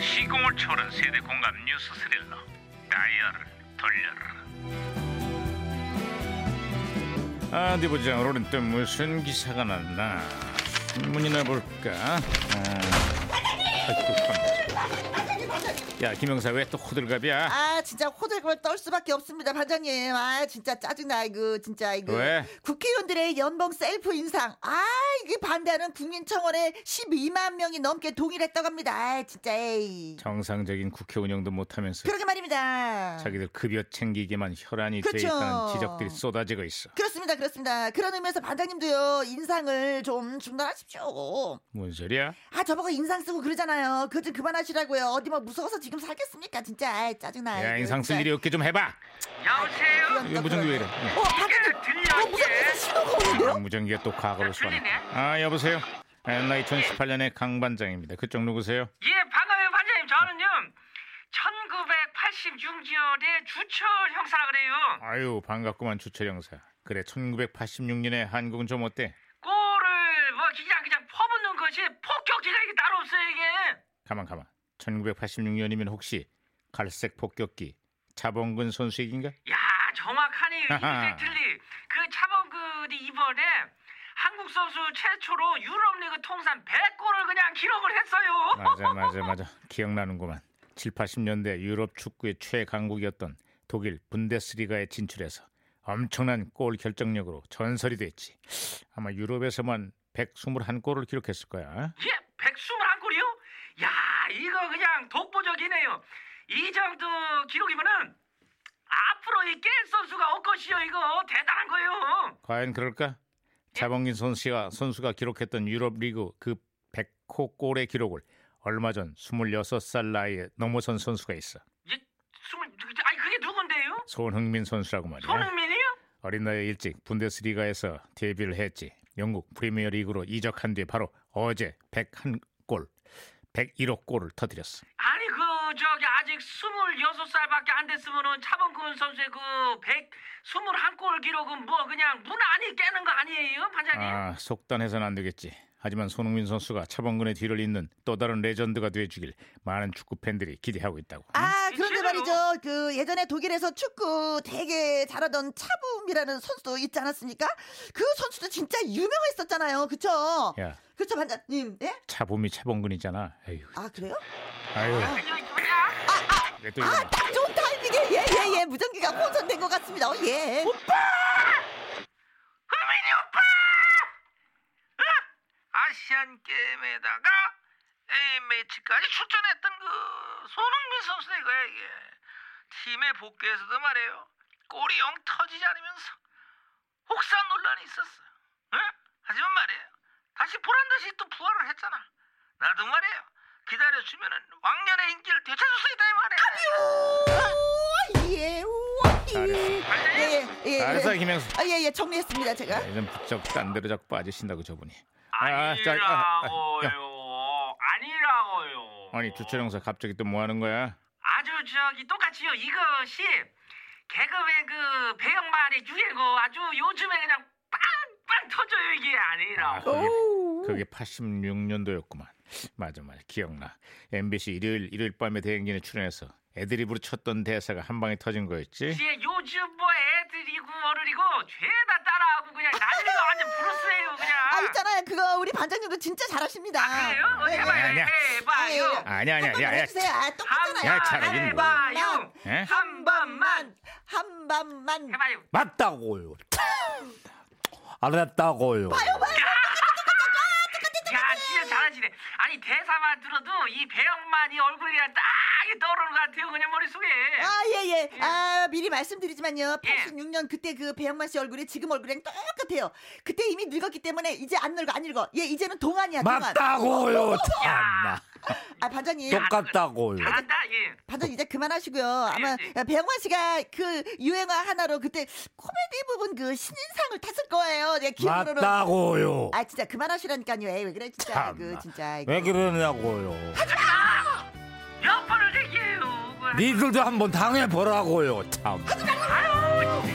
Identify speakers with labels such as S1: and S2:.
S1: 시공을 초월한 세대 공감 뉴스 스릴러 다이얼을 돌려라 어디 보자 오늘은 또 무슨 기사가 났나 신문이나 볼까 아, 아이고, 깜짝이야. 야 김영사 왜 또 호들갑이야
S2: 아 진짜 호들갑을 떨 수밖에 없습니다 반장님 아 진짜 짜증나 이거 진짜 이거
S1: 왜?
S2: 국회의원들의 연봉 셀프 인상 아 이게 반대하는 국민청원에 12만 명이 넘게 동의를 했다고 합니다 아 진짜 에이
S1: 정상적인 국회 운영도 못하면서
S2: 그러게 말입니다
S1: 자기들 급여 챙기기만 혈안이 돼
S2: 그쵸.
S1: 있다는 지적들이 쏟아지고 있어
S2: 그렇습니다 그렇습니다 그런 의미에서 반장님도요 인상을 좀 중단하십시오
S1: 뭔 소리야
S2: 아 저보고 인상 쓰고 그러잖아요 그거 좀 그만하시라고요 어디 뭐 무서워서 지금 살겠습니까 진짜 아 짜증나
S1: 야
S2: 이거
S1: 인상 쓸
S2: 진짜.
S1: 일이 없게 좀 해봐
S3: 여보세요? 예,
S1: 이거 무전기 왜 이래
S2: 어 반장님 어 무전기에서 신호가 오는데요?
S1: 아, 무전기가 또 과거로 쏘네.
S3: 들리네?
S1: 아 여보세요. 나 2018년의 강 반장입니다. 그쪽 누구세요?
S3: 예, 반가워요, 반장님. 저는요, 1986년에 주철 형사라 그래요.
S1: 아유 반갑구만 주철 형사. 그래 1986년에 한국은 좀 어때?
S3: 골을 뭐 그냥 그냥 퍼붓는 것이 폭격기가 이게 따로 없어요, 이게.
S1: 가만 가만. 1986년이면 혹시 갈색 폭격기 자봉근 선수 얘기인가?
S3: 야, 정확하네요,
S1: 하하.
S3: 이펙틀리. 그 차범근이 이번에 한국 선수 최초로 유럽리그 통산 100골을 그냥 기록을 했어요.
S1: 맞아 맞아 맞아. 기억나는구만. 7, 80년대 유럽 축구의 최강국이었던 독일 분데스리가에 진출해서 엄청난 골 결정력으로 전설이 됐지. 아마 유럽에서만 121골을 기록했을 거야.
S3: 예, 121골이요? 야, 이거 그냥 독보적이네요. 이 정도 기록이면은 앞으로 이 깰 선수가 없것이요 이거 대단한 거예요.
S1: 과연 그럴까? 자봉긴 선수가 선수가 기록했던 유럽 리그 그 100호 골의 기록을 얼마 전 26살 나이에 넘어선 선수가 있어.
S3: 예, 스물, 아니 그게 누군데요?
S1: 손흥민 선수라고 말이야.
S3: 손흥민이요?
S1: 어린 나이에 일찍 분데스리가에서 데뷔를 했지. 영국 프리미어 리그로 이적한 뒤 바로 어제 101골, 101호 골을 터뜨렸어.
S3: 아니 그 저기 아직 26살밖에 안 됐으면은 차범근 선수의 그 121골 기록은 뭐 그냥 무난히 깨는 거 아니에요, 반장님?
S1: 아, 속단해서는 안 되겠지. 하지만 손흥민 선수가 차범근의 뒤를 잇는 또 다른 레전드가 돼주길 많은 축구 팬들이 기대하고 있다고.
S2: 아
S3: 음,
S2: 그런데
S3: 실제로.
S2: 말이죠 그 예전에 독일에서 축구 되게 잘하던 차붐이라는 선수도 있지 않았습니까? 그 선수도 진짜 유명했었잖아요 그쵸?
S1: 야.
S2: 그쵸 반장님 예?
S1: 차범이 차범근이잖아. 에휴.
S2: 아 그래요?
S1: 아유,
S3: 아니, 뭐야?
S1: 왜 또 이러나.
S2: 아딱 좋은 타이밍에 예예예 무전기가 혼선된 것 같습니다 어,
S3: 흥민이
S2: 예
S3: 오빠! 어? 아시안 게임에다가 A매치까지 출전했던 그 손흥민 선수네 이거야 이게 팀에 복귀해서도 말이에요 골이 영 터지지 않으면서 혹사 논란이 있었어 응? 하지만 말이에요 다시 보란 듯이 또 부활을 했잖아 나도 말이에요 기다려주면은 왕년의 인기를 되찾을 수 있다 이 말이야
S2: 예, 우와, 예. 예, 예, 예.
S1: 알았어, 김영수.
S2: 아, 예, 예, 정리했습니다, 제가.
S1: 요즘 부쩍 딴데로 자꾸 빠지신다고 저분이. 아, 자, 야,
S3: 아니라고요 아니라고요
S1: 아니 주철 형사 갑자기 또 뭐 하는 거야?
S3: 아주 저기 똑같이요. 이것이 개그맨 그 배영만의 유행어 아주 요즘에 그냥 빵빵 터져요 이게 아니라.
S1: 아, 그게,
S2: 오.
S1: 그게 86년도였구만. 맞아 맞아 기억나. MBC 일요일 일요일 밤에 대행진에 출연해서 애드립으로 쳤던 대사가 한 방에 터진 거였지.
S3: 이게 요즘 뭐 애들이고 어른이고 죄다 따라하고 그냥 난리가 완전 부르스예요 그냥.
S2: 아, 있잖아요. 그거 우리 반장님도 진짜 잘하십니다.
S3: 그래요? 어,
S2: 예, 예.
S3: 해봐요.
S1: 아니야.
S3: 해봐요.
S1: 아니야 아니야 야,
S2: 한번
S1: 야.
S2: 해주세요. 아, 똑같잖아요.
S1: 야, 잘하긴 뭐.
S3: 해봐요.
S1: 예?
S3: 한 번만
S2: 한 번만.
S3: 해봐요.
S4: 맞다고요. 알았다고요.
S3: 야 진짜 잘하시네. 아니 대사만 들어도 이 배영만이 얼굴이랑 딱 떠오르는 것 같아요 그냥 머릿속에.
S2: 아, 예, 예. 아, 미리 말씀드리지만요.
S3: 예.
S2: 86년 그때 그 배영만 씨 얼굴이 지금 얼굴이랑 똑같아요. 그때 이미 늙었기 때문에 이제 안 늙어, 안 늙어. 예, 이제는 동안이야, 동안.
S4: 맞다고요. 참나.
S2: 아, 반장님.
S4: 똑같다고요.
S2: 아,
S3: 잘한다 예.
S2: 반장님 이제 그만하시고요. 아마
S3: 예, 예.
S2: 배영만 씨가 그 유행어 하나로 그때 코미디 부분 그 신인상을 탔을 거예요. 내 기억으로는.
S4: 맞다고요.
S2: 아, 진짜 그만하시라니까요. 에이, 왜 그래, 진짜.
S4: 참나.
S2: 그, 진짜.
S4: 왜 그러냐고요.
S3: 몇 번을 얘기해요. 그거
S4: 니들도 한번 당해보라고요. 참.
S3: 아유, 진짜.